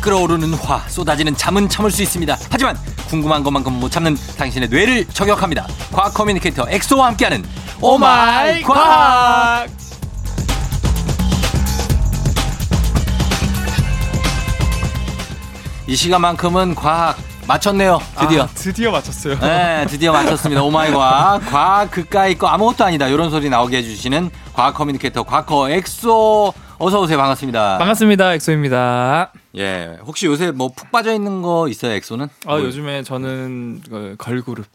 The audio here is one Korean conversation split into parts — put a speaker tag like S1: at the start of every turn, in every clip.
S1: 끓어오르는 화 쏟아지는 잠은 참을 수 있습니다 하지만 궁금한 것만큼 못 참는 당신의 뇌를 저격합니다 과학 커뮤니케이터 엑소와 함께하는 오마이 과학 이 시간만큼은 과학 맞췄네요 드디어
S2: 아, 드디어 맞췄어요.
S1: 네, 드디어 마쳤습니다. 오마이과. 과학 그까이 거 아무것도 아니다. 이런 소리 나오게 해주시는 과학 커뮤니케이터 과커 엑소. 어서오세요. 반갑습니다.
S2: 반갑습니다. 엑소입니다.
S1: 예. 혹시 요새 뭐 푹 빠져있는 거 있어요, 엑소는? 뭐
S2: 아, 요즘에 저는 그 걸그룹.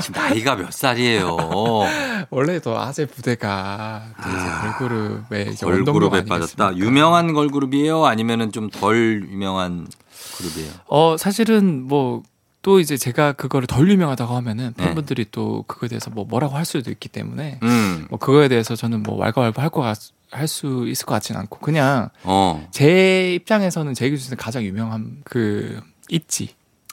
S1: 지금 나이가 몇 살이에요?
S2: 원래 더 아재 부대가 또 이제 걸그룹에 이제 원동력
S1: 아, 걸그룹에 빠졌다.
S2: 아니겠습니까?
S1: 유명한 걸그룹이에요? 아니면은 좀 덜 유명한 그룹이에요?
S2: 어, 사실은 뭐 또 이제 제가 그거를 덜 유명하다고 하면은
S1: 네.
S2: 팬분들이 또 그거에 대해서 뭐 뭐라고 할 수도 있기 때문에
S1: 음.
S2: 뭐 그거에 대해서 저는 뭐 왈가왈부 할거할수 있을 것 같진 않고 그냥
S1: 어.
S2: 제 입장에서는 제 기준에 가장 유명한 그 있지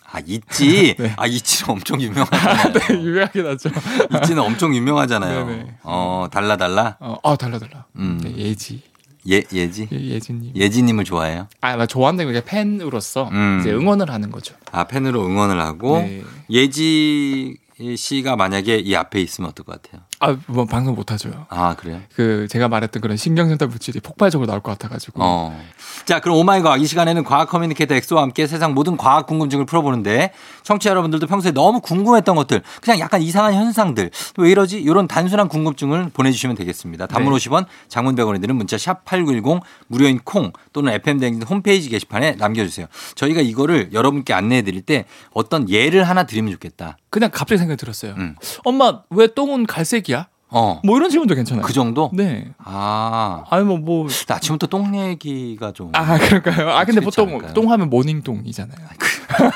S1: 아, 있지?
S2: 네.
S1: 아, 있지는 엄청 유명하잖아요.
S2: 유명하긴 하죠.
S1: 있지는 엄청 유명하잖아요.
S2: 네네.
S1: 어, 달라, 달라?
S2: 어, 아 달라 달라.
S1: 음.
S2: 네, 예지
S1: 예, 예지?
S2: 예, 예지님.
S1: 예지님을 좋아해요?
S2: 아, 나 좋아한다는 게 팬으로서
S1: 음. 어?
S2: 이제 응원을 하는 거죠.
S1: 아 팬으로 응원을 하고
S2: 네.
S1: 예지 씨가 만약에 이 앞에 있으면 어떨 것 같아요?
S2: 아, 뭐 방송 못 하죠요.
S1: 아 그래요?
S2: 그 제가 말했던 그런 신경전달 물질이 폭발적으로 나올 것 같아가지고.
S1: 어. 자 그럼 오마이과학 이 시간에는 과학 커뮤니케이터 엑소와 함께 세상 모든 과학 궁금증을 풀어보는데 청취자 여러분들도 평소에 너무 궁금했던 것들 그냥 약간 이상한 현상들 왜 이러지 이런 단순한 궁금증을 보내주시면 되겠습니다. 단문
S2: 네.
S1: 50원 장문 100원이 드는 문자 샵 8910 무료인 콩 또는 FM대행진 홈페이지 게시판에 남겨주세요. 저희가 이거를 여러분께 안내해드릴 때 어떤 예를 하나 드리면 좋겠다.
S2: 그냥 갑자기 생각이 들었어요.
S1: 음.
S2: 엄마 왜 똥은 갈색이야?
S1: 어.
S2: 뭐 이런 질문도 괜찮아요.
S1: 그 정도?
S2: 네.
S1: 아.
S2: 아니 뭐 뭐.
S1: 근데 아침부터 똥 얘기가 좀
S2: 아 그럴까요? 아 근데
S1: 그렇지
S2: 보통
S1: 않을까요?
S2: 똥하면 모닝똥이잖아요.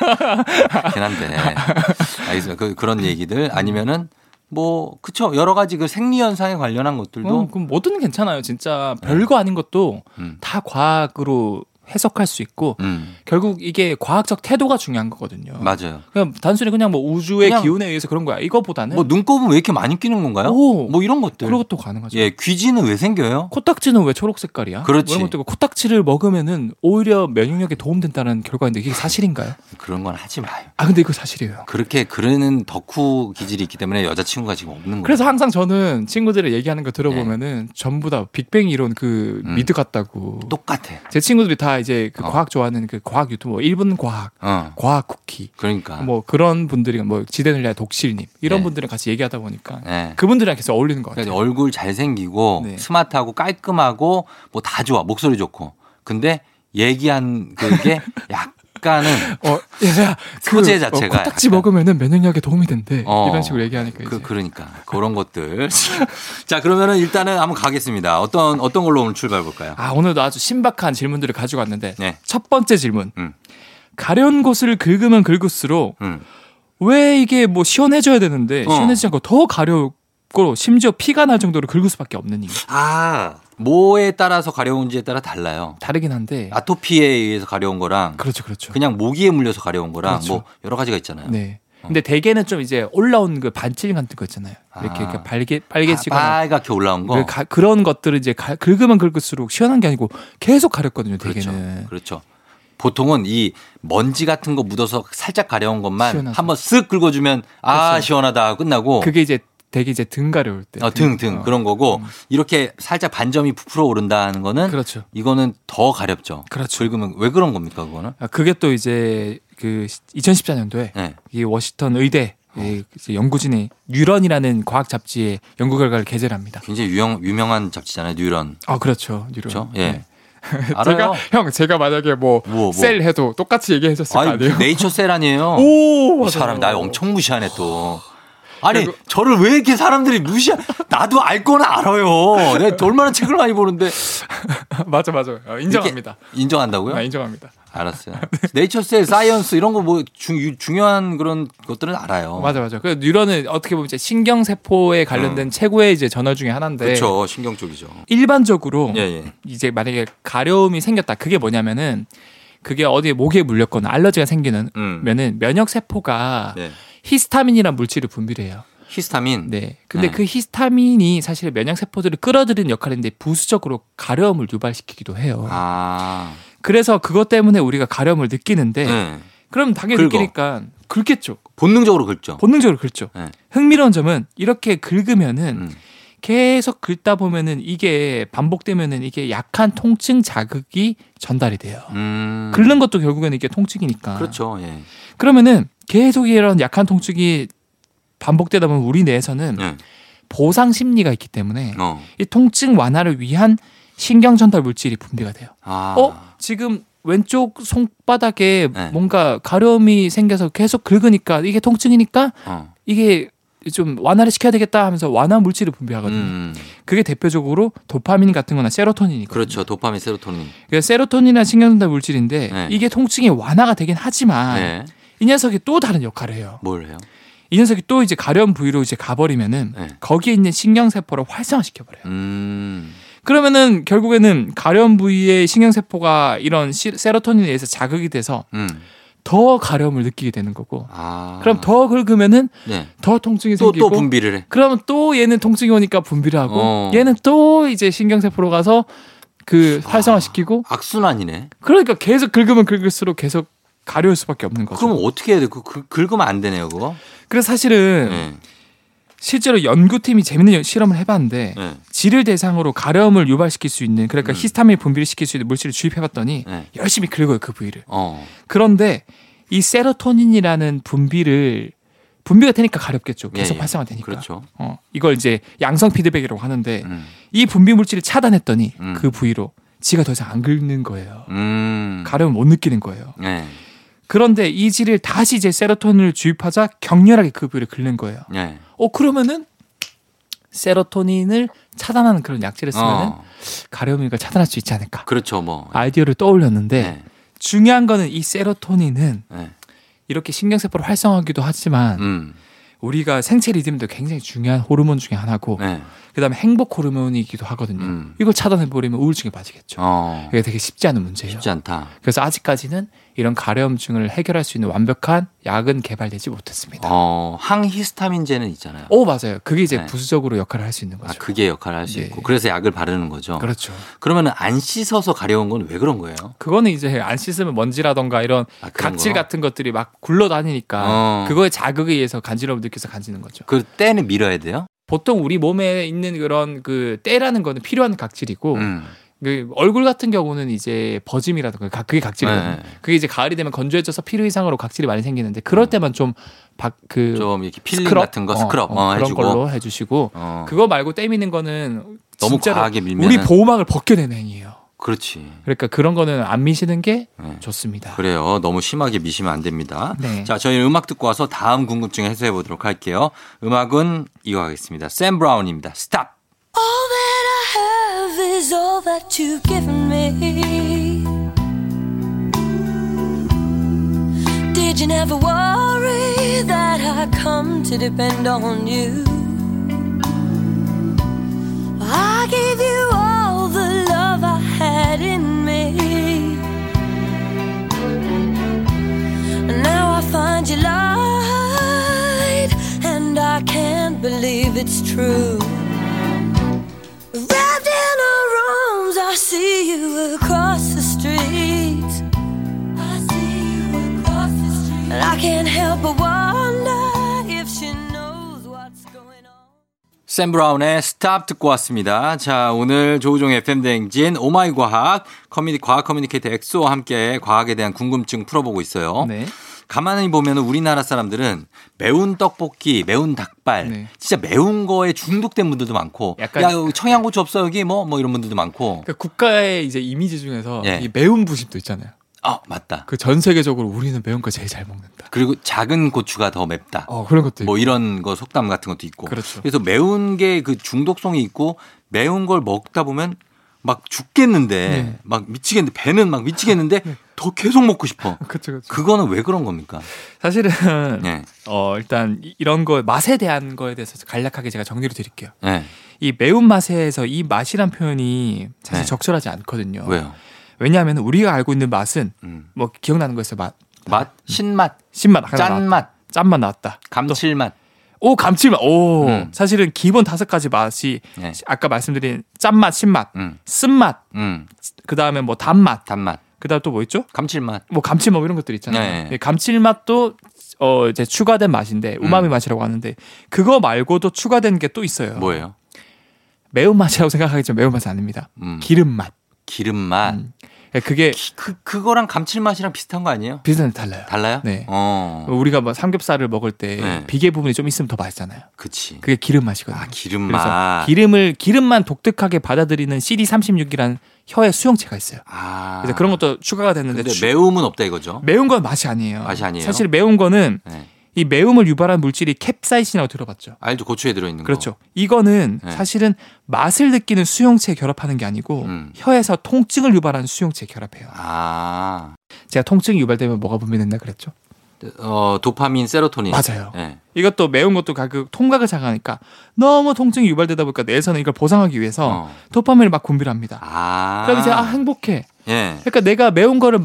S1: 그렇긴 한데. 알겠습니다. 그, 그런 얘기들 아니면은 뭐 그쵸 여러 가지 그 생리 현상에 관련한 것들도
S2: 어, 그럼 뭐든 괜찮아요. 진짜 별거 아닌 것도
S1: 음.
S2: 다 과학으로 해석할 수 있고
S1: 음,
S2: 결국 이게 과학적 태도가 중요한 거거든요.
S1: 맞아요.
S2: 그냥 단순히 그냥 뭐 우주의
S1: 그냥-
S2: 기운에 의해서 그런 거야. 이거보다는
S1: 뭐 눈곱은 왜 이렇게 많이 끼는 건가요?
S2: 네. 오,
S1: 뭐 이런 것들.
S2: 그런 것도 가능하죠.
S1: 예, 귀지는 왜 생겨요?
S2: 코딱지는 왜 초록 색깔이야? 뭐
S1: 그렇지.
S2: 이런 것도 있고 코딱지를 먹으면은 오히려 면역력에 도움된다는 결과인데 이게 사실인가요?
S1: 그런 건 하지 마요.
S2: 아 근데 이거 사실이에요.
S1: 그렇게 그러는 덕후 기질이 있기 때문에 여자친구가 지금 없는 거예요.
S2: 그래서 항상 저는 친구들이 얘기하는 거 들어보면은 전부 다 빅뱅 이론 그
S1: 네. 음.
S2: 미드 같다고.
S1: 똑같아.
S2: 제 친구들이 다 이제 그
S1: 어.
S2: 과학 좋아하는 그 과학 유튜버 일본 과학,
S1: 어.
S2: 과학 쿠키
S1: 그러니까.
S2: 뭐 그런 분들이 뭐 지대늘야 독실님 이런
S1: 네.
S2: 분들이랑 같이 얘기하다 보니까
S1: 예.
S2: 그분들이랑 계속 어울리는 것
S1: 그러니까
S2: 같아요.
S1: 얼굴 잘생기고
S2: 네.
S1: 스마트하고 깔끔하고 뭐 다 좋아 목소리 좋고 근데 얘기한 그게 약간은
S2: 어, 야, 야, 그,
S1: 소재 자체가
S2: 어, 코딱지
S1: 약간-
S2: 먹으면은 면역력에 도움이 된대.
S1: 어.
S2: 이런 식으로 얘기하니까 이제.
S1: 그 그러니까 그런 것들 자 그러면은 일단은 한번 가겠습니다 어떤 어떤 걸로 오늘 출발해 볼까요
S2: 아, 오늘도 아주 신박한 질문들을 가지고 왔는데
S1: 네.
S2: 첫 번째 질문.
S1: 음.
S2: 가려운 곳을 긁으면 긁을수록
S1: 음.
S2: 왜 이게 뭐 시원해져야 되는데
S1: 어.
S2: 시원해지지 않고 더 가렵고 심지어 피가 날 정도로 긁을 수밖에 없는 이유.
S1: 아 뭐에 따라서 가려운지에 따라 달라요
S2: 다르긴 한데.
S1: 아토피에 의해서 가려운 거랑
S2: 그렇죠, 그렇죠.
S1: 그냥 모기에 물려서 가려운 거랑
S2: 그렇죠.
S1: 뭐 여러 가지가 있잖아요
S2: 네. 근데 대개는 좀 이제 올라온 그 반질 같은 거 있잖아요.
S1: 어. 아.
S2: 이렇게, 이렇게 발게
S1: 아,
S2: 빨개지거나
S1: 빨갛게 올라온 거
S2: 그 가- 그런 것들을 이제 가- 긁으면 긁을수록 시원한 게 아니고 계속 가렵거든요.
S1: 그렇죠.
S2: 대개는.
S1: 그렇죠. 보통은 이 먼지 같은 거 묻어서 살짝 가려운 것만
S2: 시원하죠.
S1: 한번 쓱 긁어주면 아
S2: 그렇죠.
S1: 시원하다 하고 끝나고
S2: 그게 이제 되게 이제 등 가려울 때.
S1: 어, 등, 등
S2: 어.
S1: 그런 거고 이렇게 살짝 반점이 부풀어 오른다는 거는
S2: 그렇죠.
S1: 이거는 더 가렵죠.
S2: 그렇죠.
S1: 긁으면 왜 그런 겁니까 그거는?
S2: 아, 그게 또 이제 그 2014년도에
S1: 네. 어.
S2: 이 워싱턴 의대 이 이제 연구진이 뉴런이라는 과학 잡지에 연구 결과를 게재를 합니다.
S1: 굉장히 유명, 유명한 잡지잖아요. 뉴런.
S2: 아 그렇죠, 뉴런.
S1: 그렇죠? 예.
S2: 네.
S1: 알아요.
S2: 형 제가 만약에 뭐
S1: 뭐, 뭐.
S2: 셀 해도 똑같이 얘기해 줬을
S1: 아니, 네이처 셀 아니에요.
S2: 오,
S1: 어. 이
S2: 맞아요.
S1: 사람 나 엄청 무시하네 또. 아니
S2: 그리고-
S1: 저를 왜 이렇게 사람들이 무시하? 나도 알 거는 알아요. 내가 얼마나 책을 많이 보는데
S2: 맞아 맞아 어, 인정합니다.
S1: 이렇게 인정한다고요?
S2: 아, 인정합니다.
S1: 알았어요. 네이처셀, 사이언스 이런 거 뭐 중요한 그런 것들은 알아요.
S2: 맞아 맞아. 그 뉴런은 어떻게 보면 이제 신경 세포에 관련된 최고의 이제 전월 중에 하나인데
S1: 음. 그렇죠. 신경 쪽이죠.
S2: 일반적으로
S1: 예, 예.
S2: 이제 만약에 가려움이 생겼다. 그게 뭐냐면은 그게 어디에 목에 물렸거나 알러지가 생기는
S1: 음.
S2: 면은 면역 세포가
S1: 네.
S2: 히스타민이란 물질을 분비해요.
S1: 히스타민.
S2: 네. 근데
S1: 네.
S2: 그 히스타민이 사실 면역 세포들을 끌어들이는 역할인데 부수적으로 가려움을 유발시키기도 해요.
S1: 아.
S2: 그래서 그것 때문에 우리가 가려움을 느끼는데
S1: 네.
S2: 그럼 당연히
S1: 긁어.
S2: 느끼니까 긁겠죠.
S1: 본능적으로 긁죠.
S2: 본능적으로 긁죠.
S1: 네.
S2: 흥미로운 점은 이렇게 긁으면은
S1: 음.
S2: 계속 긁다 보면은 이게 반복되면은 이게 약한 통증 자극이 전달이 돼요.
S1: 음.
S2: 긁는 것도 결국에는 이게 통증이니까.
S1: 그렇죠. 예.
S2: 그러면은 계속 이런 약한 통증이 반복되다 보면 우리 뇌에서는
S1: 네.
S2: 보상 심리가 있기 때문에
S1: 어.
S2: 이 통증 완화를 위한 신경 전달 물질이 분비가 돼요.
S1: 아.
S2: 어? 지금 왼쪽 손바닥에
S1: 네.
S2: 뭔가 가려움이 생겨서 계속 긁으니까 이게 통증이니까
S1: 어.
S2: 이게 좀 완화를 시켜야 되겠다 하면서 완화 물질을 분비하거든요.
S1: 음.
S2: 그게 대표적으로 도파민 같은 거나 세로토닌이거든요.
S1: 그렇죠. 도파민, 세로토닌.
S2: 그러니까 세로토닌이나 신경전달 물질인데
S1: 네.
S2: 이게 통증이 완화가 되긴 하지만
S1: 네.
S2: 이 녀석이 또 다른 역할을 해요.
S1: 뭘 해요?
S2: 이 녀석이 또 이제 가려운 부위로 이제 가버리면은
S1: 네.
S2: 거기에 있는 신경세포를 활성화시켜버려요.
S1: 음.
S2: 그러면은 결국에는 가려운 부위의 신경세포가 이런 시- 세로토닌에 의해서 자극이 돼서
S1: 음.
S2: 더 가려움을 느끼게 되는 거고
S1: 아.
S2: 그럼 더 긁으면은
S1: 네.
S2: 더 통증이
S1: 또,
S2: 생기고
S1: 또 분비를 해.
S2: 그러면 또 얘는 통증이 오니까 분비를 하고
S1: 어.
S2: 얘는 또 이제 신경세포로 가서 그
S1: 아.
S2: 활성화시키고
S1: 악순환이네.
S2: 그러니까 계속 긁으면 긁을수록 계속 가려울 수밖에 없는 거죠.
S1: 그럼 어떻게 해야 돼? 그, 그, 긁으면 안 되네요, 그거.
S2: 그래서 사실은
S1: 네.
S2: 실제로 연구팀이 재밌는 연- 실험을 해봤는데
S1: 네.
S2: 질을 대상으로 가려움을 유발시킬 수 있는 그러니까
S1: 음.
S2: 히스타민 분비를 시킬 수 있는 물질을 주입해봤더니
S1: 네.
S2: 열심히 긁어요 그 부위를.
S1: 어.
S2: 그런데 이 세로토닌이라는 분비를 분비가 되니까 가렵겠죠. 계속
S1: 예, 예.
S2: 활성화되니까. 네.
S1: 그렇죠.
S2: 어, 이걸 이제 양성 피드백이라고 하는데
S1: 음.
S2: 이 분비 물질을 차단했더니
S1: 음.
S2: 그 부위로 지가 더 이상 안 긁는 거예요.
S1: 음.
S2: 가려움 못 느끼는 거예요.
S1: 네.
S2: 그런데 이 질을 다시 이제 세로토닌을 주입하자 격렬하게 그 부위를 긁는 거예요.
S1: 네.
S2: 어 그러면은 세로토닌을 차단하는 그런 약제를 쓰면은
S1: 어.
S2: 가려움을 차단할 수 있지 않을까.
S1: 그렇죠, 뭐.
S2: 아이디어를 떠올렸는데
S1: 네.
S2: 중요한 거는 이 세로토닌은
S1: 네.
S2: 이렇게 신경세포를 활성화하기도 하지만
S1: 음.
S2: 우리가 생체 리듬도 굉장히 중요한 호르몬 중에 하나고
S1: 네.
S2: 그다음에 행복 호르몬이기도 하거든요.
S1: 음.
S2: 이걸 차단해 버리면 우울증에 빠지겠죠.
S1: 어.
S2: 이게 되게 쉽지 않은 문제예요.
S1: 쉽지 않다.
S2: 그래서 아직까지는 이런 가려움증을 해결할 수 있는 완벽한 약은 개발되지 어, 못했습니다.
S1: 어, 항히스타민제는 있잖아요.
S2: 오 맞아요. 그게 이제
S1: 네.
S2: 부수적으로 역할을 할 수 있는
S1: 아,
S2: 거죠.
S1: 그게 역할을 할 수
S2: 예.
S1: 있고. 아, 그래서 약을 바르는 거죠.
S2: 그렇죠.
S1: 그러면 안 씻어서 가려운 건 왜 그런 거예요?
S2: 그거는 이제 안 씻으면 먼지라던가 이런
S1: 아, 그런
S2: 각질
S1: 거?
S2: 같은 것들이 막 굴러다니니까
S1: 어.
S2: 그거에 자극에 의해서 간지러움을 느껴서 간지는 거죠.
S1: 그 때는 밀어야 돼요?
S2: 보통 우리 몸에 있는 그런 그 때라는 거는 필요한 각질이고
S1: 음.
S2: 그 얼굴 같은 경우는 이제 버짐이라든가 각- 그게 각질이거든요.
S1: 네.
S2: 그게 이제 가을이 되면 건조해져서 피부 이상으로 각질이 많이 생기는데 그럴 때만 좀박그
S1: 음. 좀 이렇게 필링
S2: 스크럽?
S1: 같은 거
S2: 어,
S1: 스크럽
S2: 어,
S1: 어,
S2: 그런
S1: 해주고
S2: 걸로 해주시고
S1: 어.
S2: 그거 말고 때미는 거는
S1: 너무
S2: 진짜로
S1: 과하게 밀면
S2: 우리 보호막을 벗겨내는 행위예요.
S1: 그렇지
S2: 그러니까 그런 거는 안 미시는 게
S1: 네.
S2: 좋습니다.
S1: 그래요 너무 심하게 미시면 안 됩니다
S2: 네.
S1: 자 저희 음악 듣고 와서 다음 궁금증 해소해 보도록 할게요 음악은 이거 하겠습니다 샘 브라운입니다 스탑
S3: All that I have is all that you've given me. Did you never worry that I come to depend on you? I gave you all the love I had in me. And now I find you lied, and I can't believe it's true. Wrapped in her arms, I see you across the street. I see you across the street. And I can't help but wonder if she knows what's going on.
S1: 샘 브라운의 스탑 듣고 왔습니다. 자, 오늘 조우종 FM 대행진 오마이 과학 커뮤니 과학 커뮤니케이터 엑소와 함께 과학에 대한 궁금증 풀어보고 있어요.
S2: 네.
S1: 가만히 보면 우리나라 사람들은 매운 떡볶이, 매운 닭발,
S2: 네.
S1: 진짜 매운 거에 중독된 분들도 많고,
S2: 약간-
S1: 야 여기 청양고추 없어 여기 뭐 뭐 이런 분들도 많고,
S2: 그러니까 국가의 이제 이미지 중에서
S1: 예.
S2: 이 매운 부심도 있잖아요.
S1: 아 맞다.
S2: 그 전 세계적으로 우리는 매운 거 제일 잘 먹는다.
S1: 그리고 작은 고추가 더 맵다.
S2: 어 그런 것도 있고.
S1: 뭐 이런 거 속담 같은 것도 있고.
S2: 그렇죠.
S1: 래서 매운 게 그 중독성이 있고 매운 걸 먹다 보면 막 죽겠는데
S2: 네.
S1: 막 미치겠는데 배는 막 미치겠는데 더 계속 먹고 싶어.
S2: 그렇죠, 그렇죠.
S1: 그거는 왜 그런 겁니까?
S2: 사실은
S1: 네.
S2: 어 일단 이- 이런 거 맛에 대한 거에 대해서 간략하게 제가 정리를 드릴게요.
S1: 네.
S2: 이 매운 맛에서 이 맛이란 표현이 사실
S1: 네.
S2: 적절하지 않거든요.
S1: 왜요?
S2: 하면 우리가 알고 있는 맛은
S1: 음.
S2: 뭐 기억나는 거에서 맛,
S1: 맛, 신맛,
S2: 신맛, 하나 나왔다.
S1: 짠맛,
S2: 짠맛 나왔다.
S1: 감칠맛.
S2: 오 감칠맛. 오
S1: 음.
S2: 사실은 기본 다섯 가지 맛이
S1: 네.
S2: 아까 말씀드린 짠맛, 신맛,
S1: 음.
S2: 쓴맛,
S1: 음.
S2: 그 다음에 뭐 단맛,
S1: 단맛.
S2: 그다음 또 뭐 있죠?
S1: 감칠맛.
S2: 뭐 감칠맛 이런 것들 있잖아요.
S1: 네.
S2: 네, 감칠맛도 어 이제 추가된 맛인데 우마미 맛이라고 하는데 그거 말고도 추가된 게 또 있어요.
S1: 음. 뭐예요?
S2: 매운맛이라고 생각하겠지만 매운맛은 아닙니다.
S1: 음.
S2: 기름맛.
S1: 기름맛.
S2: 음. 그게
S1: 기- 그 그거랑 감칠맛이랑 비슷한 거 아니에요?
S2: 비슷한데 달라요.
S1: 달라요?
S2: 네.
S1: 어.
S2: 우리가 뭐 삼겹살을 먹을 때
S1: 네.
S2: 비계 부분이 좀 있으면 더 맛있잖아요.
S1: 그치.
S2: 그게 기름맛이거든요.
S1: 아,
S2: 그래서
S1: 기름맛.
S2: 기름을 기름만 독특하게 받아들이는 CD36이라는 혀의 수용체가 있어요.
S1: 아.
S2: 그래서 그런 것도 추가가 됐는데
S1: 근데
S2: 추-
S1: 매움은 없다 이거죠.
S2: 매운 건 맛이 아니에요.
S1: 맛이 아니에요?
S2: 사실 매운 거는
S1: 네.
S2: 이 매움을 유발한 물질이 캡사이신이라고 들어봤죠.
S1: 알죠. 고추에 들어 있는 거.
S2: 그렇죠. 이거는
S1: 네.
S2: 사실은 맛을 느끼는 수용체에 결합하는 게 아니고
S1: 음.
S2: 혀에서 통증을 유발하는 수용체에 결합해요.
S1: 아.
S2: 제가 통증이 유발되면 뭐가 분비된다 그랬죠?
S1: 어, 도파민, 세로토닌.
S2: 맞아요.
S1: 네.
S2: 이것도 매운 것도 가격 통각을 장하니까 너무 통증이 유발되다 보니까 뇌에서는 이걸 보상하기 위해서
S1: 어.
S2: 도파민을 막 분비를 합니다.
S1: 아.
S2: 그럼 이제 아 행복해.
S1: 예.
S2: 그러니까 내가 매운 거를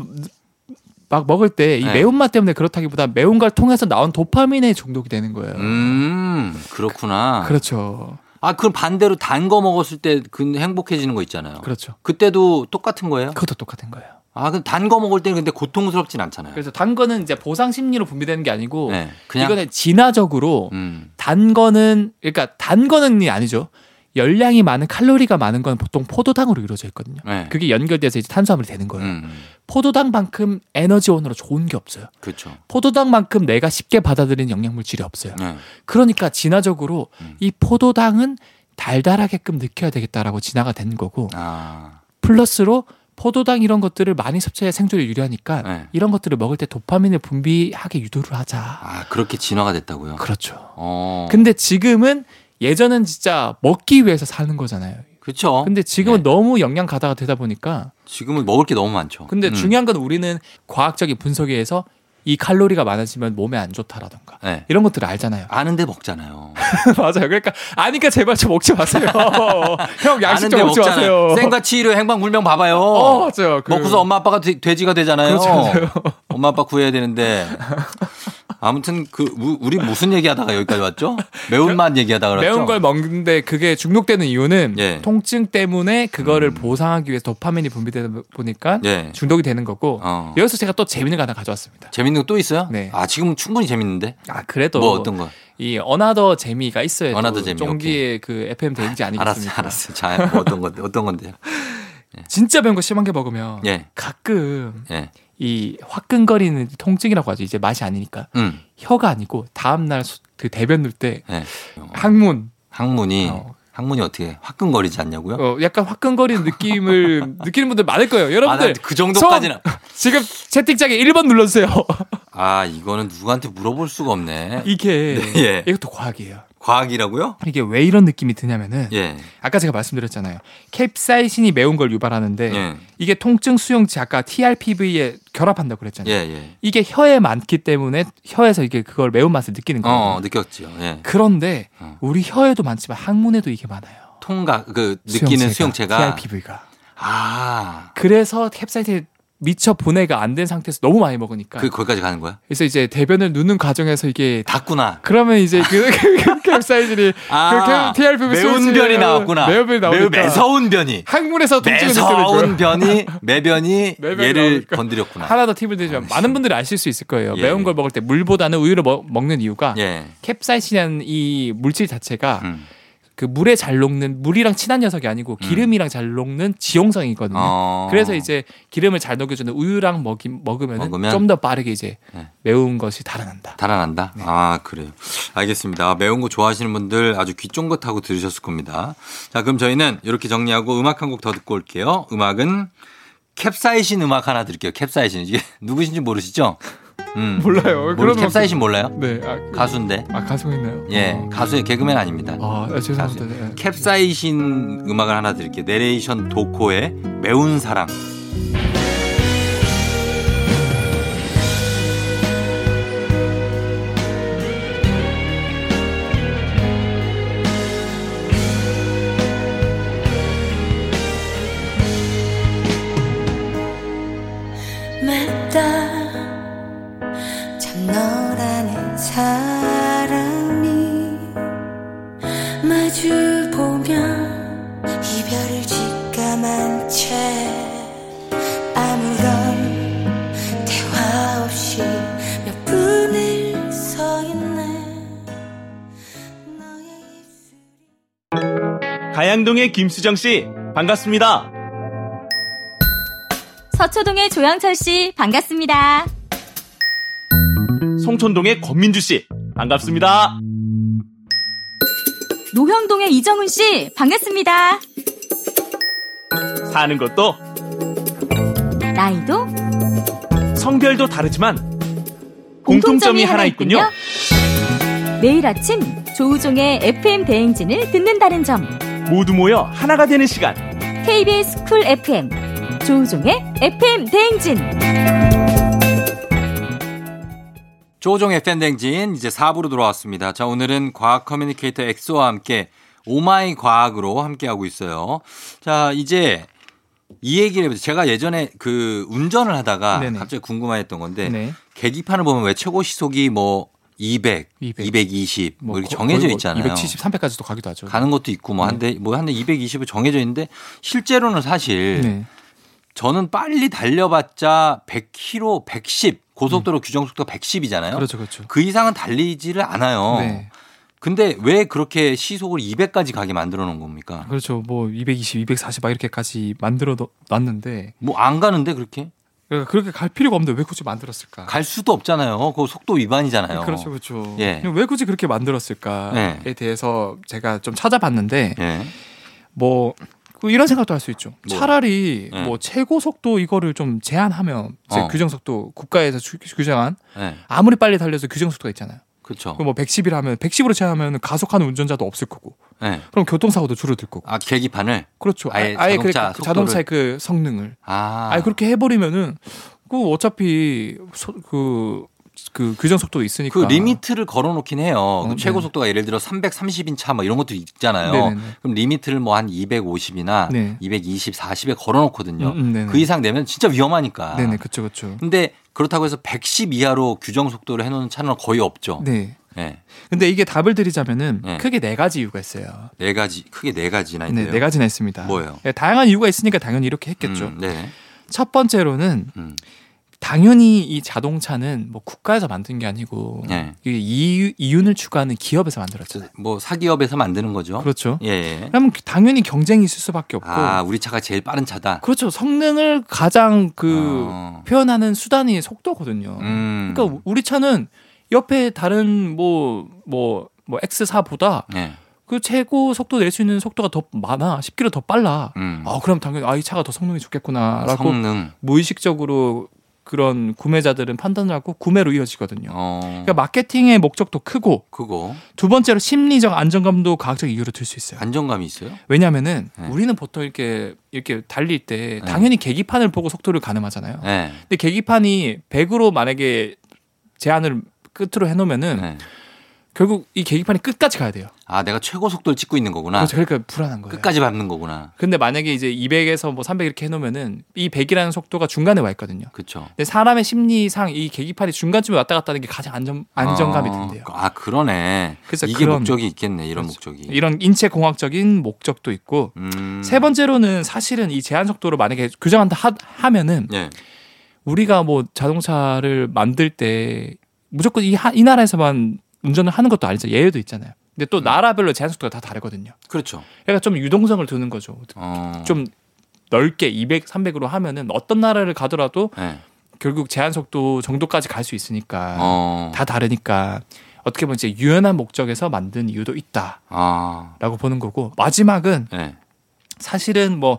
S2: 막 먹을 때 이
S1: 네.
S2: 매운맛 때문에 그렇다기보다 매운 걸 통해서 나온 도파민에 중독이 되는 거예요.
S1: 음, 그렇구나.
S2: 그렇죠.
S1: 아, 그럼 반대로 단 거 먹었을 때 그 행복해지는 거 있잖아요.
S2: 그렇죠.
S1: 때도 똑같은 거예요?
S2: 그것도 똑같은 거예요.
S1: 아, 그럼 단 거 먹을 때는 근데 고통스럽진 않잖아요.
S2: 그래서 단 거는 이제 보상 심리로 분비되는 게 아니고
S1: 네. 그냥
S2: 이거는 뭐 진화적으로
S1: 음.
S2: 단 거는 그러니까 단 거는 아니죠. 열량이 많은 칼로리가 많은 건 보통 포도당으로 이루어져 있거든요.
S1: 네.
S2: 그게 연결돼서 이제 탄수화물이 되는 거예요.
S1: 음.
S2: 포도당만큼 에너지원으로 좋은 게 없어요.
S1: 그렇죠.
S2: 포도당만큼 내가 쉽게 받아들이는 영양물질이 없어요.
S1: 네.
S2: 그러니까 진화적으로
S1: 음.
S2: 이 포도당은 달달하게끔 느껴야 되겠다라고 진화가 된 거고
S1: 아.
S2: 플러스로 포도당 이런 것들을 많이 섭취해 생존에 유리하니까
S1: 네.
S2: 이런 것들을 먹을 때 도파민을 분비하게 유도를 하자.
S1: 아, 그렇게 진화가 됐다고요?
S2: 그렇죠.
S1: 어.
S2: 근데 지금은 예전은 진짜 먹기 위해서 사는 거잖아요.
S1: 그렇죠.
S2: 근데 지금은
S1: 네.
S2: 너무 영양 가다가 되다 보니까
S1: 지금은 먹을 게 너무 많죠.
S2: 근데
S1: 음.
S2: 중요한 건 우리는 과학적인 분석에 의해서 이 칼로리가 많아지면 몸에 안 좋다라던가
S1: 네.
S2: 이런 것들을 알잖아요.
S1: 아는데 먹잖아요.
S2: 맞아요. 그러니까 아니까 제발 좀 먹지 마세요. 형 양식
S1: 아는데
S2: 좀 먹지
S1: 먹잖아요.
S2: 마세요.
S1: 생과 치료 행방 불명 봐봐요.
S2: 어 맞아요. 그-
S1: 먹고서 엄마 아빠가 돼, 돼지가 되잖아요.
S2: 그렇잖아요.
S1: 엄마 아빠 구해야 되는데. 아무튼 그 우- 우리 무슨 얘기하다가 여기까지 왔죠? 매운맛 얘기하다가 그렇죠? 그랬죠.
S2: 매운 걸 먹는데 그게 중독되는 이유는
S1: 예.
S2: 통증 때문에 그거를 보상하기 위해서 도파민이 분비되다 보니까
S1: 예.
S2: 중독이 되는 거고
S1: 어.
S2: 여기서 제가 또 재밌는 거 하나 가져왔습니다.
S1: 재밌는 거 또 있어요?
S2: 네.
S1: 아 지금 충분히 재밌는데.
S2: 아 그래도
S1: 뭐 어떤 거?
S2: 이 어나더 재미가 있어야
S1: 어나더
S2: 또
S1: 재미,
S2: 종기의 그 FM 대행지
S1: 알았어,
S2: 아니겠습니까?
S1: 알았어. 자, 뭐 어떤 건데? 어떤 건데요?
S2: 진짜 매운 거 심한 게 먹으면
S1: 예.
S2: 가끔
S1: 예.
S2: 이 화끈거리는 통증이라고 하죠. 이제 맛이 아니니까
S1: 음.
S2: 혀가 아니고 다음 날 그 대변 넣을 때
S1: 예.
S2: 항문
S1: 항문이
S2: 어.
S1: 항문이 어떻게 해? 화끈거리지 않냐고요?
S2: 어, 약간 화끈거리는 느낌을 느끼는 분들 많을 거예요.
S1: 아, 나
S2: 여러분들
S1: 그 정도까지는.
S2: 지금 채팅창에 1번 눌러주세요.
S1: 아, 이거는 누구한테 물어볼 수가 없네.
S2: 이게
S1: 네, 예.
S2: 이것도 과학이에요.
S1: 과학이라고요?
S2: 이게 왜 이런 느낌이 드냐면은
S1: 예.
S2: 아까 제가 말씀드렸잖아요. 캡사이신이 매운 걸 유발하는데
S1: 예.
S2: 이게 통증 수용체 아까 TRPV에 결합한다고
S1: 예,
S2: 그랬잖아요.
S1: 예.
S2: 이게 혀에 많기 때문에 혀에서 이게 그걸 매운맛을 느끼는 거예요.
S1: 어, 느꼈죠. 예.
S2: 그런데
S1: 어.
S2: 우리 혀에도 많지만 항문에도 이게 많아요.
S1: 통각 그 느끼는 수용체가
S2: TRPV가.
S1: 아.
S2: 그래서 캡사이신 미처 분해가 안 된 상태에서 너무 많이 먹으니까
S1: 그 거기까지 가는 거야?
S2: 그래서 이제 대변을 누는 과정에서 이게
S1: 닿구나.
S2: 그러면 이제 그, 그 캡사이신이
S1: 아.
S2: 그 TRPV
S1: 매운
S2: 소스를
S1: 변이 나왔구나.
S2: 매운 변이 나오니까
S1: 매우 매서운 변이.
S2: 항문에서 통증을
S1: 매서운
S2: 느끼는 거예요.
S1: 변이 매변이
S2: 매변이
S1: 얘를
S2: 나오니까.
S1: 건드렸구나.
S2: 하나 더 팁을 드리면 많은 분들이 아실 수 있을 거예요.
S1: 예.
S2: 매운 걸 먹을 때 물보다는 우유를 먹, 는 이유가
S1: 예.
S2: 캡사이신이라는 이 물질 자체가
S1: 음.
S2: 그 물에 잘 녹는 물이랑 친한 녀석이 아니고 기름이랑 잘 녹는 지용성이거든요.
S1: 어.
S2: 음. 그래서 이제 기름을 잘 녹여주는 우유랑 먹이, 먹으면,
S1: 먹으면?
S2: 좀 더 빠르게 이제
S1: 네.
S2: 매운 것이 달아난다.
S1: 달아난다?
S2: 네.
S1: 아, 그래요. 알겠습니다. 아, 매운 거 좋아하시는 분들 아주 귀 쫑긋하고 들으셨을 겁니다. 자, 그럼 저희는 이렇게 정리하고 음악 한 곡 더 듣고 올게요. 음악은 캡사이신 음악 하나 드릴게요. 캡사이신. 이게 누구신지 모르시죠? 음.
S2: 몰라요.
S1: 모르,
S2: 그런
S1: 캡사이신 몰라요?
S2: 네. 아,
S1: 가수인데.
S2: 아 가성했나요?
S1: 예, 가수의 개그맨 아닙니다.
S2: 아, 아, 죄송합니다.
S1: 가수.
S2: 네.
S1: 캡사이신 음악을 하나 드릴게요. 내레이션 도코의 매운 사랑.
S3: 맵다 참 너라는 사람이 마주 보면 이별을 직감한 채 아무런
S4: 가양동의 김수정 씨, 반갑습니다.
S5: 서초동의 조영철 씨 반갑습니다.
S4: 송촌동의 권민주 씨, 반갑습니다.
S5: 노형동의 이정훈 씨 반갑습니다.
S4: 사는 것도
S5: 나이도
S4: 성별도 다르지만 공통점이, 하나 있군요.
S5: 매일 아침 조우종의 FM 대행진을 듣는다는 점.
S4: 모두 모여 하나가 되는 시간.
S5: KBS 쿨 FM 조우종의 FM 대행진.
S1: 조종 FM 댕진 이제 4부로 돌아왔습니다. 자, 오늘은 과학 커뮤니케이터 엑소와 함께 오마이 과학으로 함께하고 있어요. 자, 이제 이 얘기를 해보죠. 제가 예전에 그 운전을 하다가
S2: 네네.
S1: 갑자기 궁금했던 건데
S2: 네.
S1: 계기판을 보면 왜 최고 시속이 뭐 200,
S2: 200,
S1: 220, 뭐 이렇게
S2: 거-
S1: 정해져
S2: 거의 뭐 네.
S1: 있잖아요.
S2: 270, 300까지도 가기도 하죠.
S1: 가는 것도 있고 뭐 한데 뭐 한데 220을 정해져 있는데 실제로는 사실
S2: 네.
S1: 저는 빨리 달려봤자 100km, 110
S2: 음.
S1: 고속도로 규정 속도 110이잖아요.
S2: 그렇죠, 그렇죠.
S1: 그 이상은 달리지를 않아요.
S2: 네.
S1: 근데 왜 그렇게 시속을 200까지 가게 만들어 놓은 겁니까?
S2: 그렇죠. 뭐 220, 240 막 이렇게까지 만들어 놓- 놨는데
S1: 뭐 안 가는데 그렇게
S2: 그러니까 그렇게 갈 필요가 없는데 왜 굳이 만들었을까?
S1: 갈 수도 없잖아요. 그 속도 위반이잖아요.
S2: 그렇죠, 그렇죠.
S1: 예.
S2: 근데 왜 굳이 그렇게 만들었을까에
S1: 네.
S2: 대해서 제가 좀 찾아봤는데
S1: 예.
S2: 뭐그 이런 생각도 할 수 있죠.
S1: 뭐요?
S2: 차라리
S1: 네.
S2: 뭐 최고 속도 이거를 좀 제한하면 이제
S1: 어.
S2: 규정 속도 국가에서 주- 규정한
S1: 예.
S2: 아무리 빨리 달려서 규정 속도가 있잖아요.
S1: 그렇죠.
S2: 그럼 뭐 110이라 하면 110으로 제한하면 가속하는 운전자도 없을 거고
S1: 예.
S2: 그럼 교통사고도 줄어들 거고
S1: 아 계기판을
S2: 그렇죠.
S1: 아예
S2: 그래-
S1: 자동차
S2: 그
S1: 속도를-
S2: 자동차의 그 성능을
S1: 아,
S2: 아예 그렇게 해버리면은 그 어차피 소- 그, 그 규정 속도 있으니까
S1: 그 리미트를 걸어놓긴 해요. 그
S2: 네.
S1: 최고 속도가 예를 들어 330인 차 뭐 이런 것도 있잖아요.
S2: 네네네.
S1: 그럼 리미트를 뭐 한 250이나
S2: 네.
S1: 220, 40에 걸어놓거든요.
S2: 음, 음, 네네.
S1: 그 이상 되면 진짜 위험하니까.
S2: 네네 그쵸 그쵸.
S1: 근데 그렇다고 해서 110 이하로 규정 속도를 해놓은 차는 거의 없죠.
S2: 네.
S1: 네.
S2: 근데 이게 답을 드리자면은
S1: 네.
S2: 크게 네 가지 이유가 있어요.
S1: 네 가지 크게 네 가지나
S2: 네,
S1: 있네요.
S2: 네 가지나 있습니다.
S1: 뭐예요?
S2: 네, 다양한 이유가 있으니까 당연히 이렇게 했겠죠.
S1: 음, 네.
S2: 첫 번째로는
S1: 음.
S2: 당연히 이 자동차는 뭐 국가에서 만든 게 아니고
S1: 네.
S2: 이게 이윤, 이윤을 추구하는 기업에서 만들었잖아요.
S1: 뭐 사기업에서 만드는 거죠.
S2: 그렇죠.
S1: 예, 예.
S2: 그러면 당연히 경쟁이 있을 수밖에 없고
S1: 아, 우리 차가 제일 빠른 차다.
S2: 그렇죠. 성능을 가장 그
S1: 어.
S2: 표현하는 수단이 속도거든요.
S1: 음.
S2: 그러니까 우리 차는 옆에 다른 뭐 뭐 뭐 X4보다
S1: 네.
S2: 그 최고 속도 낼 수 있는 속도가 더 많아. 10km 더 빨라.
S1: 음.
S2: 아, 그럼 당연히 아 이 차가 더 성능이 아, 좋겠구나라고
S1: 성능.
S2: 무의식적으로 그런 구매자들은 판단을 하고 구매로 이어지거든요.
S1: 어.
S2: 그러니까 마케팅의 목적도 크고
S1: 그거
S2: 두 번째로 심리적 안정감도 과학적 이유로 들 수 있어요.
S1: 안정감이 있어요?
S2: 왜냐면은
S1: 네.
S2: 우리는 보통 이렇게 이렇게 달릴
S1: 네.
S2: 때 당연히 계기판을 보고 속도를 가늠하잖아요.
S1: 네.
S2: 근데 계기판이 100으로 만약에 제한을 끝으로 해놓으면은
S1: 네.
S2: 결국 이 계기판이 끝까지 가야 돼요.
S1: 아, 내가 최고 속도를 찍고 있는 거구나.
S2: 그래서 그러니까 불안한 거예요.
S1: 끝까지 밟는 거구나.
S2: 근데 만약에 이제 200에서 뭐 300 이렇게 해놓으면은 이 100이라는 속도가 중간에 와 있거든요.
S1: 그렇죠.
S2: 근데 사람의 심리상 이 계기판이 중간쯤에 왔다 갔다 하는 게 가장 안정, 안정감이 든대요.
S1: 아, 그러네.
S2: 그래서
S1: 이게
S2: 그런-
S1: 목적이 있겠네. 이런
S2: 그렇죠.
S1: 목적이.
S2: 이런 인체 공학적인 목적도 있고
S1: 음.
S2: 세 번째로는 사실은 이 제한 속도로 만약에 규정한다 하, 하면은
S1: 예.
S2: 우리가 뭐 자동차를 만들 때 무조건 이, 하- 이 나라에서만 운전을 하는 것도 아니죠. 예외도 있잖아요.
S1: 음.
S2: 근데 또 나라별로 제한 속도가 다 다르거든요.
S1: 그렇죠.
S2: 그러니까 좀 유동성을 두는 거죠.
S1: 어.
S2: 좀 넓게 200, 300으로 하면은 어떤 나라를 가더라도
S1: 네.
S2: 결국 제한 속도 정도까지 갈 수 있으니까
S1: 어.
S2: 다 다르니까 어떻게 보면 이제 유연한 목적에서 만든 이유도 있다라고
S1: 아.
S2: 보는 거고 마지막은
S1: 네.
S2: 사실은 뭐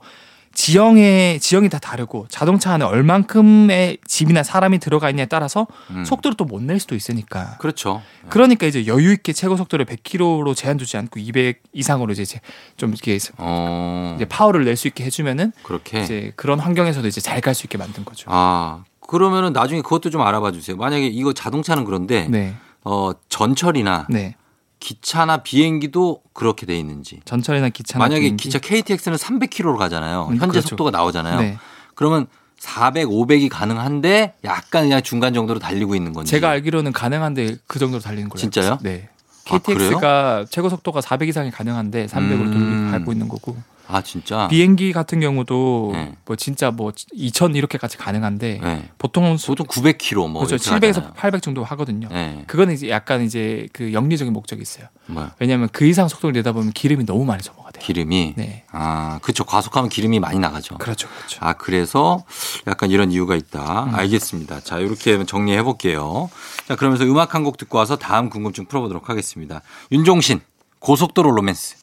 S2: 지형의 지형이 다 다르고 자동차 안에 얼만큼의 집이나 사람이 들어가 있냐에 따라서
S1: 음.
S2: 속도를 또 못 낼 수도 있으니까
S1: 그렇죠.
S2: 그러니까 이제 여유 있게 최고 속도를 100km로 제한 두지 않고 200 이상으로 이제 제- 좀 이렇게 해서
S1: 어.
S2: 이제 파워를 낼 수 있게 해주면은
S1: 그렇게.
S2: 이제 그런 환경에서도 이제 잘 갈 수 있게 만든 거죠.
S1: 아 그러면은 나중에 그것도 좀 알아봐 주세요. 만약에 이거 자동차는 그런데
S2: 네,
S1: 어 전철이나
S2: 네.
S1: 기차나 비행기도 그렇게 돼 있는지.
S2: 전철이나 기차나
S1: 만약에
S2: 비행기.
S1: 기차 KTX는 300km로 가잖아요.
S2: 음,
S1: 현재
S2: 그렇죠.
S1: 속도가 나오잖아요.
S2: 네.
S1: 그러면 400, 500이 가능한데 약간 그냥 중간 정도로 달리고 있는 건지.
S2: 제가 알기로는 가능한데 그 정도로 달리는 걸로. 알고
S1: 진짜요?
S2: 있어요. 네.
S1: 아,
S2: KTX가 최고 속도가 400 이상이 가능한데 300으로
S1: 음.
S2: 돌리 가고 있는 거고
S1: 아 진짜.
S2: 비행기 같은 경우도
S1: 네.
S2: 뭐 진짜 뭐 2000 이렇게까지 가능한데
S1: 네.
S2: 보통은 수,
S1: 보통 900km 뭐.
S2: 그렇죠.
S1: 이렇게
S2: 700에서
S1: 하잖아요.
S2: 800 정도 하거든요.
S1: 네.
S2: 그거는 이제 약간 이제 그 영리적인 목적이 있어요.
S1: 뭐야.
S2: 왜냐하면 그 이상 속도를 내다 보면 기름이 너무 많이 소모가 돼요.
S1: 기름이.
S2: 네.
S1: 아, 그렇죠. 과속하면 기름이 많이 나가죠.
S2: 그렇죠, 그렇죠.
S1: 아, 그래서 약간 이런 이유가 있다.
S2: 음.
S1: 알겠습니다. 자, 이렇게 정리해 볼게요. 자, 그러면서 음악 한 곡 듣고 와서 다음 궁금증 풀어보도록 하겠습니다. 윤종신, 고속도로 로맨스.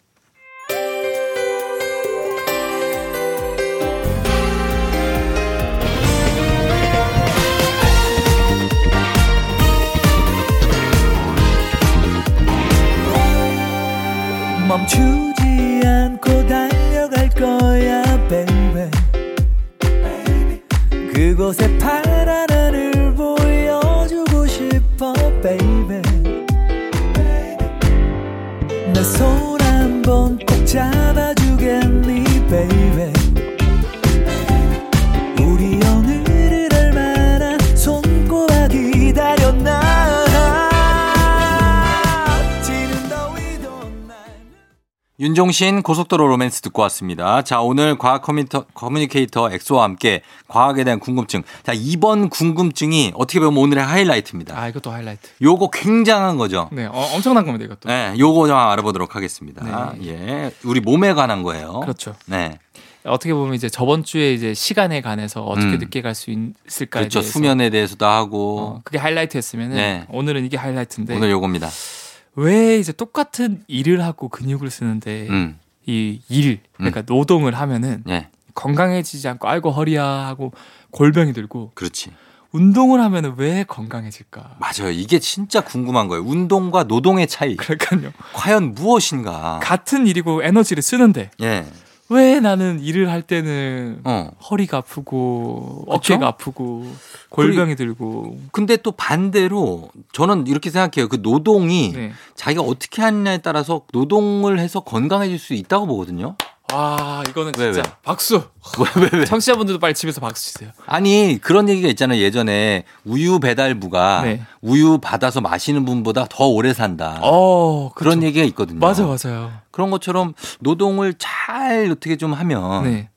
S6: 멈추지 않고 달려갈 거야 baby 그곳에 파란 하늘 보여주고 싶어 baby 내 손 한 번 꼭 잡아주겠니 baby 우리 오늘을 얼마나 손꼽아 기다렸나 지는 더위던 날
S1: 윤종신 고속도로 로맨스 듣고 왔습니다. 자, 오늘 과학 커뮤니터, 커뮤니케이터 엑소와 함께 과학에 대한 궁금증. 자, 이번 궁금증이 어떻게 보면 오늘의 하이라이트입니다.
S2: 아 이것도 하이라이트.
S1: 요거 굉장한 거죠.
S2: 네, 어, 엄청난 겁니다 이것도.
S1: 네, 요거 좀 알아보도록 하겠습니다. 예. 우리 몸에 관한 거예요.
S2: 네. 그렇죠.
S1: 네.
S2: 어떻게 보면 이제 저번 주에 이제 시간에 관해서 어떻게
S1: 음.
S2: 늦게 갈 수 있을까에
S1: 그렇죠.
S2: 대해서
S1: 수면에 대해서도 하고
S2: 그러니까 어, 네. 그게 하이라이트였으면
S1: 네.
S2: 은 오늘은 이게 하이라이트인데
S1: 오늘 요겁니다.
S2: 왜 이제 똑같은 일을 하고 근육을 쓰는데
S1: 음.
S2: 이 일 그러니까 노동을 하면은
S1: 예.
S2: 건강해지지 않고 아이고 허리야 하고 골병이 들고
S1: 그렇지.
S2: 운동을 하면은 왜 건강해질까?
S1: 맞아요. 이게 진짜 궁금한 거예요. 운동과 노동의 차이.
S2: 그러니까요.
S1: 아. 과연 무엇인가?
S2: 같은 일이고 에너지를 쓰는데
S1: 예.
S2: 왜 나는 일을 할 때는
S1: 어.
S2: 허리가 아프고
S1: 그쵸?
S2: 어깨가 아프고 골병이 들고
S1: 근데 또 반대로 저는 이렇게 생각해요. 그 노동이
S2: 네.
S1: 자기가 어떻게 하느냐에 따라서 노동을 해서 건강해질 수 있다고 보거든요.
S2: 와 아, 이거는
S1: 왜,
S2: 진짜
S1: 왜? 네.
S2: 박수
S1: 왜, 왜, 왜?
S2: 청취자분들도 빨리 집에서 박수 치세요
S1: 아니, 그런 얘기가 있잖아요. 예전에 우유 배달부가
S2: 네.
S1: 우유 받아서 마시는 분보다 더 오래 산다.
S2: 어
S1: 아. 그런
S2: 그쵸.
S1: 얘기가 있거든요.
S2: 맞아 맞아요
S1: 그런 것처럼 노동을 잘 어떻게 좀 하면
S2: 네.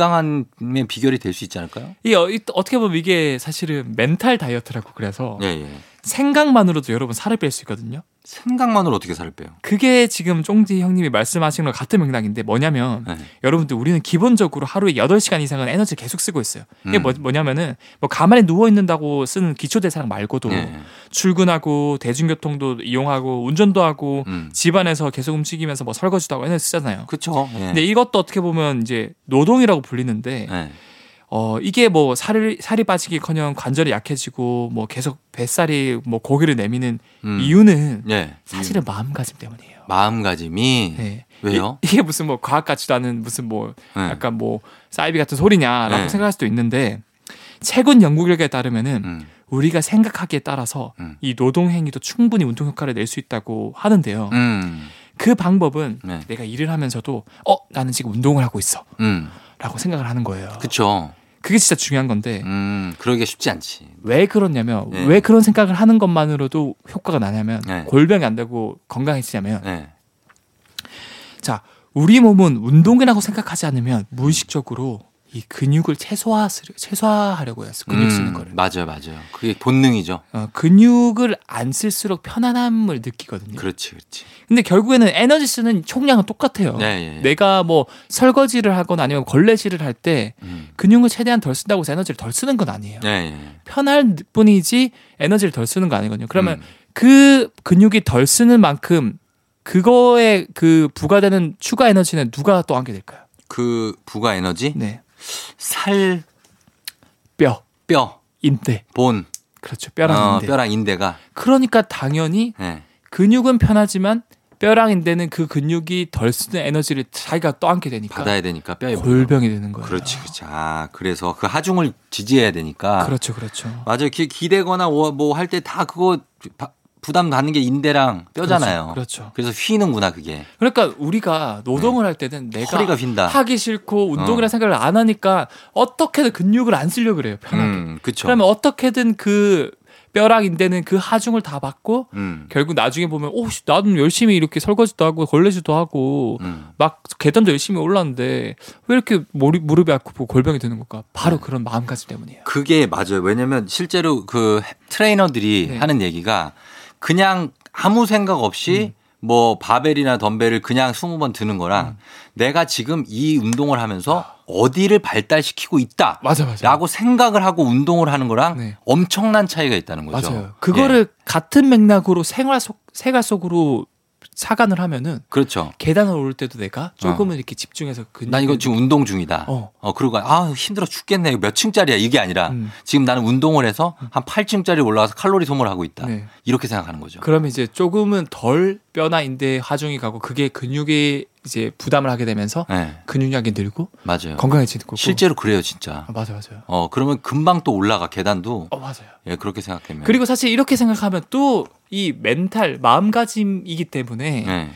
S1: 건강함의 비결이 될 수 있지 않을까요?
S2: 이 어, 이 또- 어떻게 보면 이게 사실은 멘탈 다이어트라고 그래서
S1: 예, 예.
S2: 생각만으로도 여러분 살을 뺄 수 있거든요.
S1: 생각만으로 어떻게 살을 빼요?
S2: 그게 지금 쫑디 형님이 말씀하신 거 같은 맥락인데 뭐냐면
S1: 예.
S2: 여러분들 우리는 기본적으로 하루에 8시간 이상은 에너지를 계속 쓰고 있어요. 이게
S1: 음.
S2: 뭐, 뭐냐면은 뭐 가만히 누워 있는다고 쓰는 기초 대사량 말고도
S1: 예.
S2: 출근하고 대중교통도 이용하고 운전도 하고
S1: 음.
S2: 집안에서 계속 움직이면서 뭐 설거지도 하고 에너지 쓰잖아요.
S1: 그렇죠. 예.
S2: 근데 이것도 어떻게 보면 이제 노동이라고 불리는데
S1: 예.
S2: 어, 이게 뭐 살이, 살이 빠지기커녕 관절이 약해지고 뭐 계속 뱃살이 뭐 고개를 내미는
S1: 음.
S2: 이유는
S1: 예.
S2: 사실은 마음가짐 때문이에요.
S1: 마음가짐이
S2: 네.
S1: 왜요?
S2: 이, 게 무슨 뭐 과학 같지도 않은 무슨 뭐
S1: 네.
S2: 약간 뭐 사이비 같은
S1: 네.
S2: 소리냐라고
S1: 생각할
S2: 생각할 수도 있는데 최근 연구 결과에 따르면은
S1: 음.
S2: 우리가 생각하기에 따라서
S1: 음.
S2: 이 노동 행위도 충분히 운동 효과를 낼 수 있다고 하는데요.
S1: 음.
S2: 그 방법은
S1: 네.
S2: 내가 일을 하면서도 어 나는 지금 운동을 하고 있어라고
S1: 음.
S2: 생각을 하는 거예요.
S1: 그렇죠.
S2: 그게 진짜 중요한 건데
S1: 음. 그러기가 쉽지 않지.
S2: 왜 그러냐면
S1: 네.
S2: 왜 그런 생각을 하는 것만으로도 효과가 나냐면
S1: 네.
S2: 골병이 안 되고 건강해지냐면
S1: 예.
S2: 자 우리 몸은 운동이라고 생각하지 않으면 무의식적으로 이 근육을 최소화 최소화하려고 해요 근육 쓰는
S1: 음,
S2: 거를
S1: 맞아요, 맞아요. 그게 본능이죠.
S2: 어, 근육을 안 쓸수록 편안함을 느끼거든요
S1: 그렇지, 그렇지.
S2: 근데 결국에는 에너지 쓰는 총량은 똑같아요
S1: 네, 예, 예.
S2: 내가 뭐 설거지를 하거나 아니면 걸레질을 할 때
S1: 음.
S2: 근육을 최대한 덜 쓴다고 해서 에너지를 덜 쓰는 건 아니에요
S1: 예, 예.
S2: 편할 뿐이지 에너지를 덜 쓰는 거 아니거든요. 그러면
S1: 음.
S2: 그 근육이 덜 쓰는 만큼 그거에 그 부과되는 추가 에너지는 누가 또 안게 될까요?
S1: 그 부가 에너지,
S2: 네.
S1: 살,
S2: 뼈,
S1: 뼈,
S2: 인대.
S1: 본,
S2: 그렇죠. 뼈랑
S1: 어,
S2: 인대.
S1: 뼈랑 인대가
S2: 그러니까 당연히
S1: 예.
S2: 근육은 편하지만 뼈랑 인대는 그 근육이 덜 쓰는 에너지를 자기가 또 안게 되니까 네,
S1: 받아야 되니까 뼈에
S2: 골병이 되는 거예요.
S1: 그렇지, 그렇지. 아, 그래서 그 하중을 지지해야 되니까.
S2: 그렇죠. 그렇죠.
S1: 맞아요. 기, 기대거나 뭐 할 때 다 그거 바- 부담 가는 게 인대랑 뼈잖아요.
S2: 그렇죠.
S1: 그래서 휘는구나 그게.
S2: 그러니까 우리가 노동을 할 때는 내가
S1: 네. 허리가 휜다.
S2: 그러니까 하기 싫고 운동이라
S1: 어.
S2: 생각을 안 하니까 어떻게든 근육을 안 쓰려고 그래요. 편하게.
S1: 음, 그렇죠.
S2: 그러면 어떻게든 그 뼈락 인대는 그 하중을 다 받고
S1: 음.
S2: 결국 나중에 보면 오 씨, 나는 열심히 이렇게 설거지도 하고 걸레질도 하고
S1: 음.
S2: 막 계단도 열심히 올랐는데 왜 이렇게 머리, 무릎이 아프고 골병이 드는 걸까? 바로
S1: 네.
S2: 그런 마음가짐 때문이에요.
S1: 그게 맞아요. 왜냐면 실제로 그 트레이너들이
S2: 네.
S1: 하는 얘기가 그냥 아무 생각 없이
S2: 음.
S1: 뭐 바벨이나 덤벨을 그냥 20번 드는 거랑 내가 지금 이 운동을 하면서 어디를 발달시키고 있다.
S2: 맞아 맞아.
S1: 라고 생각을 하고 운동을 하는 거랑
S2: 네.
S1: 엄청난 차이가 있다는 거죠.
S2: 맞아요.
S1: 예.
S2: 그거를 같은 맥락으로 생활 속 생활 속으로 사관을 하면은
S1: 그렇죠.
S2: 계단을 오를 때도 내가 조금은 이렇게 집중해서 근
S1: 아. 난 이거 지금 운동 중이다. 어,
S2: 어
S1: 그리고 아 힘들어 죽겠네. 이거 몇 층짜리야 이게 아니라
S2: 음.
S1: 지금 나는 운동을 해서 한 8층짜리 올라가서 칼로리 소모를 하고 있다.
S2: 네.
S1: 이렇게 생각하는 거죠.
S2: 그러면 이제 조금은 덜 뼈나 인대에 하중이 가고 그게 근육에 이제 부담을 하게 되면서
S1: 네,
S2: 근육량이 늘고
S1: 맞아요.
S2: 건강해지는 거고
S1: 네. 실제로 그래요, 진짜.
S2: 아, 맞아 맞아요.
S1: 어, 그러면 금방 또 올라가, 계단도.
S2: 어 맞아요.
S1: 예, 그렇게 생각하면.
S2: 그리고 사실 이렇게 생각하면 또 이 멘탈 마음가짐이기 때문에
S1: 예,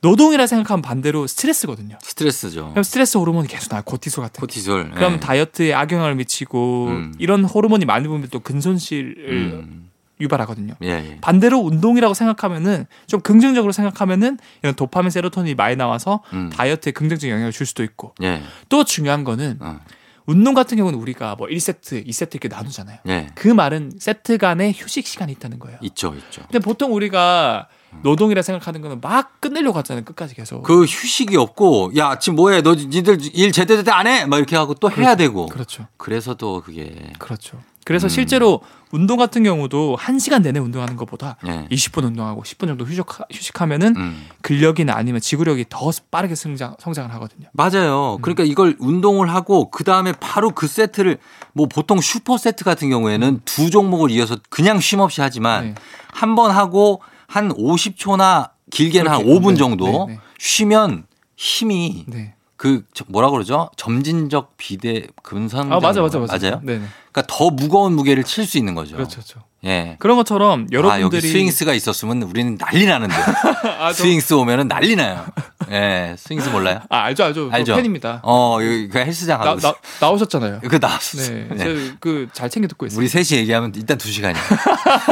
S2: 노동이라 생각하면 반대로 스트레스거든요.
S1: 스트레스죠.
S2: 그럼 스트레스 호르몬이 계속 나요. 코티솔 같은 게.
S1: 코티솔.
S2: 그럼
S1: 예.
S2: 다이어트에 악영향을 미치고
S1: 음.
S2: 이런 호르몬이 많이 보면 또 근손실을
S1: 음,
S2: 유발하거든요.
S1: 예, 예.
S2: 반대로 운동이라고 생각하면은 좀 긍정적으로 생각하면은 이런 도파민, 세로토닌이 많이 나와서
S1: 음.
S2: 다이어트에 긍정적인 영향을 줄 수도 있고
S1: 예.
S2: 또 중요한 거는
S1: 어,
S2: 운동 같은 경우는 우리가 뭐 1세트, 2세트 이렇게 나누잖아요.
S1: 예.
S2: 그 말은 세트 간의 휴식 시간이 있다는 거예요.
S1: 있죠, 있죠.
S2: 근데 보통 우리가 노동이라 생각하는 거는 막 끝내려고 하잖아요. 끝까지 계속.
S1: 음. 그 휴식이 없고, 야, 지금 뭐해? 너 니들 일 제대로 안 해? 막 이렇게 하고 또 해야 되고.
S2: 그렇죠.
S1: 그래서 또 그게.
S2: 그렇죠. 그래서
S1: 음.
S2: 실제로 운동 같은 경우도 1시간 내내 운동하는 것보다
S1: 예.
S2: 20분 운동하고 10분 정도 휴식, 휴식하면은
S1: 음.
S2: 근력이나 아니면 지구력이 더 빠르게 성장, 성장을 하거든요. 음.
S1: 맞아요. 그러니까 이걸 운동을 하고 그 다음에 바로 그 세트를 뭐 보통 슈퍼 세트 같은 경우에는 두 종목을 이어서 그냥 쉼 없이 하지만
S2: 음. 네.
S1: 한 번 하고 한 50초나 길게는 한
S2: 그렇게,
S1: 5분
S2: 네,
S1: 정도
S2: 네, 네.
S1: 쉬면 힘이
S2: 네.
S1: 그 저- 뭐라 그러죠? 점진적 비대 금선
S2: 아, 맞아, 맞아, 맞아.
S1: 맞아요.
S2: 네네.
S1: 그러니까 더 무거운 무게를 칠 수 있는 거죠.
S2: 그렇죠, 그렇죠.
S1: 예.
S2: 그런 것처럼
S1: 아, 여기
S2: 여러분들이
S1: 스윙스가 있었으면 우리는 난리 나는데.
S2: 아, 저-
S1: 스윙스 오면은 난리 나요. 예. 스윙스 몰라요?
S2: 아, 알죠, 알죠. 저
S1: 알죠?
S2: 팬입니다.
S1: 어, 여기 그 헬스장
S2: 나,
S1: 하고
S2: 나, 나오셨잖아요.
S1: 그 나왔어요.
S2: 네,
S1: 네.
S2: 그잘 챙겨 듣고 있어요.
S1: 우리 셋이 얘기하면 일단 두 시간이야.
S2: 아.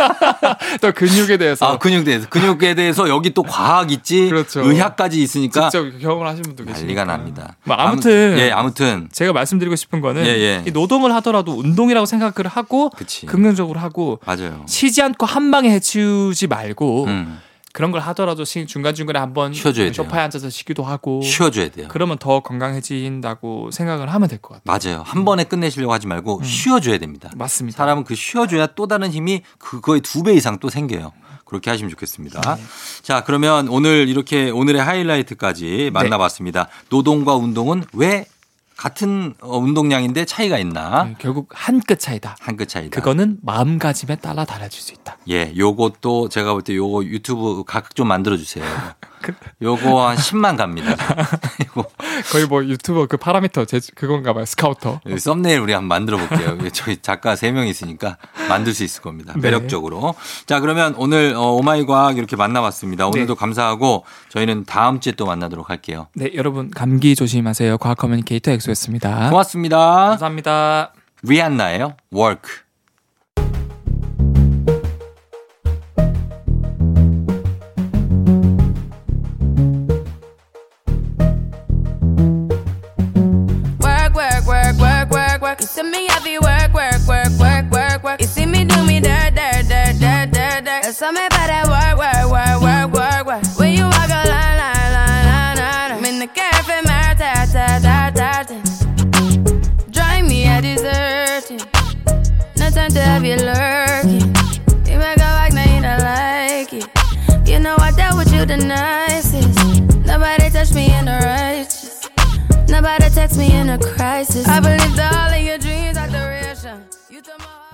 S2: 또 근육에 대해서
S1: 아, 근육에 대해서. 근육에 대해서 여기 또 과학 있지.
S2: 그렇죠.
S1: 의학까지 있으니까
S2: 직접 경험을 하신 분도
S1: 난리가
S2: 계시니까
S1: 납니다.
S2: 뭐
S1: 아무-
S2: 아무튼
S1: 예, 아무튼.
S2: 제가 말씀드리고 싶은 거는
S1: 예, 예.
S2: 이 노동을 하더라도 운동이라고 생각을 하고
S1: 그치.
S2: 긍정적으로 하고
S1: 맞아요.
S2: 쉬지 않고 한 방에 해치우지 말고
S1: 음,
S2: 그런 걸 하더라도 시- 중간중간에 한번
S1: 쉬어줘야 돼요.
S2: 소파에 앉아서 쉬기도 하고
S1: 쉬어줘야 돼요.
S2: 그러면 더 건강해진다고 생각을 하면 될 것 같아요.
S1: 맞아요. 한 번에 끝내시려고 하지 말고 쉬어줘야 됩니다.
S2: 음. 맞습니다.
S1: 사람은 그 쉬어줘야 또 다른 힘이 그거의 두 배 이상 또 생겨요. 그렇게 하시면 좋겠습니다.
S2: 네.
S1: 자, 그러면 오늘 이렇게 오늘의
S2: 네.
S1: 하이라이트까지 만나봤습니다. 노동과 운동은 왜 같은 어, 운동량인데 차이가 있나?
S2: 네, 결국 한 끗 차이다.
S1: 한 끗 차이다.
S2: 그거는 마음가짐에 따라 달라질 수 있다.
S1: 예, 요것도 제가 볼 때 요거 유튜브 각각 좀 만들어 주세요. 요거 한 10만 갑니다. 이거
S2: 거의 뭐 유튜버 그 파라미터 제 그건가 봐요. 스카우터.
S1: 여기 썸네일 우리 한번 만들어 볼게요. 여기 저희 작가 3명 있으니까 만들 수 있을 겁니다.
S2: 네.
S1: 매력적으로. 자, 그러면 오늘 어, 오마이 과학 이렇게 만나봤습니다. 오늘도 감사하고 저희는 다음 주에 또 만나도록 할게요.
S2: 네, 여러분 감기 조심하세요. 과학 커뮤니케이터 엑소였습니다.
S1: 고맙습니다.
S2: 감사합니다.
S1: 리안나예요. Work.
S7: Work, work, work, work, work, work. You see me heavy work, work, work, work, work, work. You see me do me dirt, dirt, dirt, dirt, dirt, dirt. There's something about that work, work, work, work, work, work. When you walk a line, line, line, line, line. I'm in the cafe, my ta, ta, ta, ta, ta. Drive me, I desert you. No time to have you lurking. You make a like, now you don't like it. You know I dealt with you the nicest. Nobody touched me in the righteous. Nobody text me in a crisis. I believed all of your dreams are duration. You took my heart.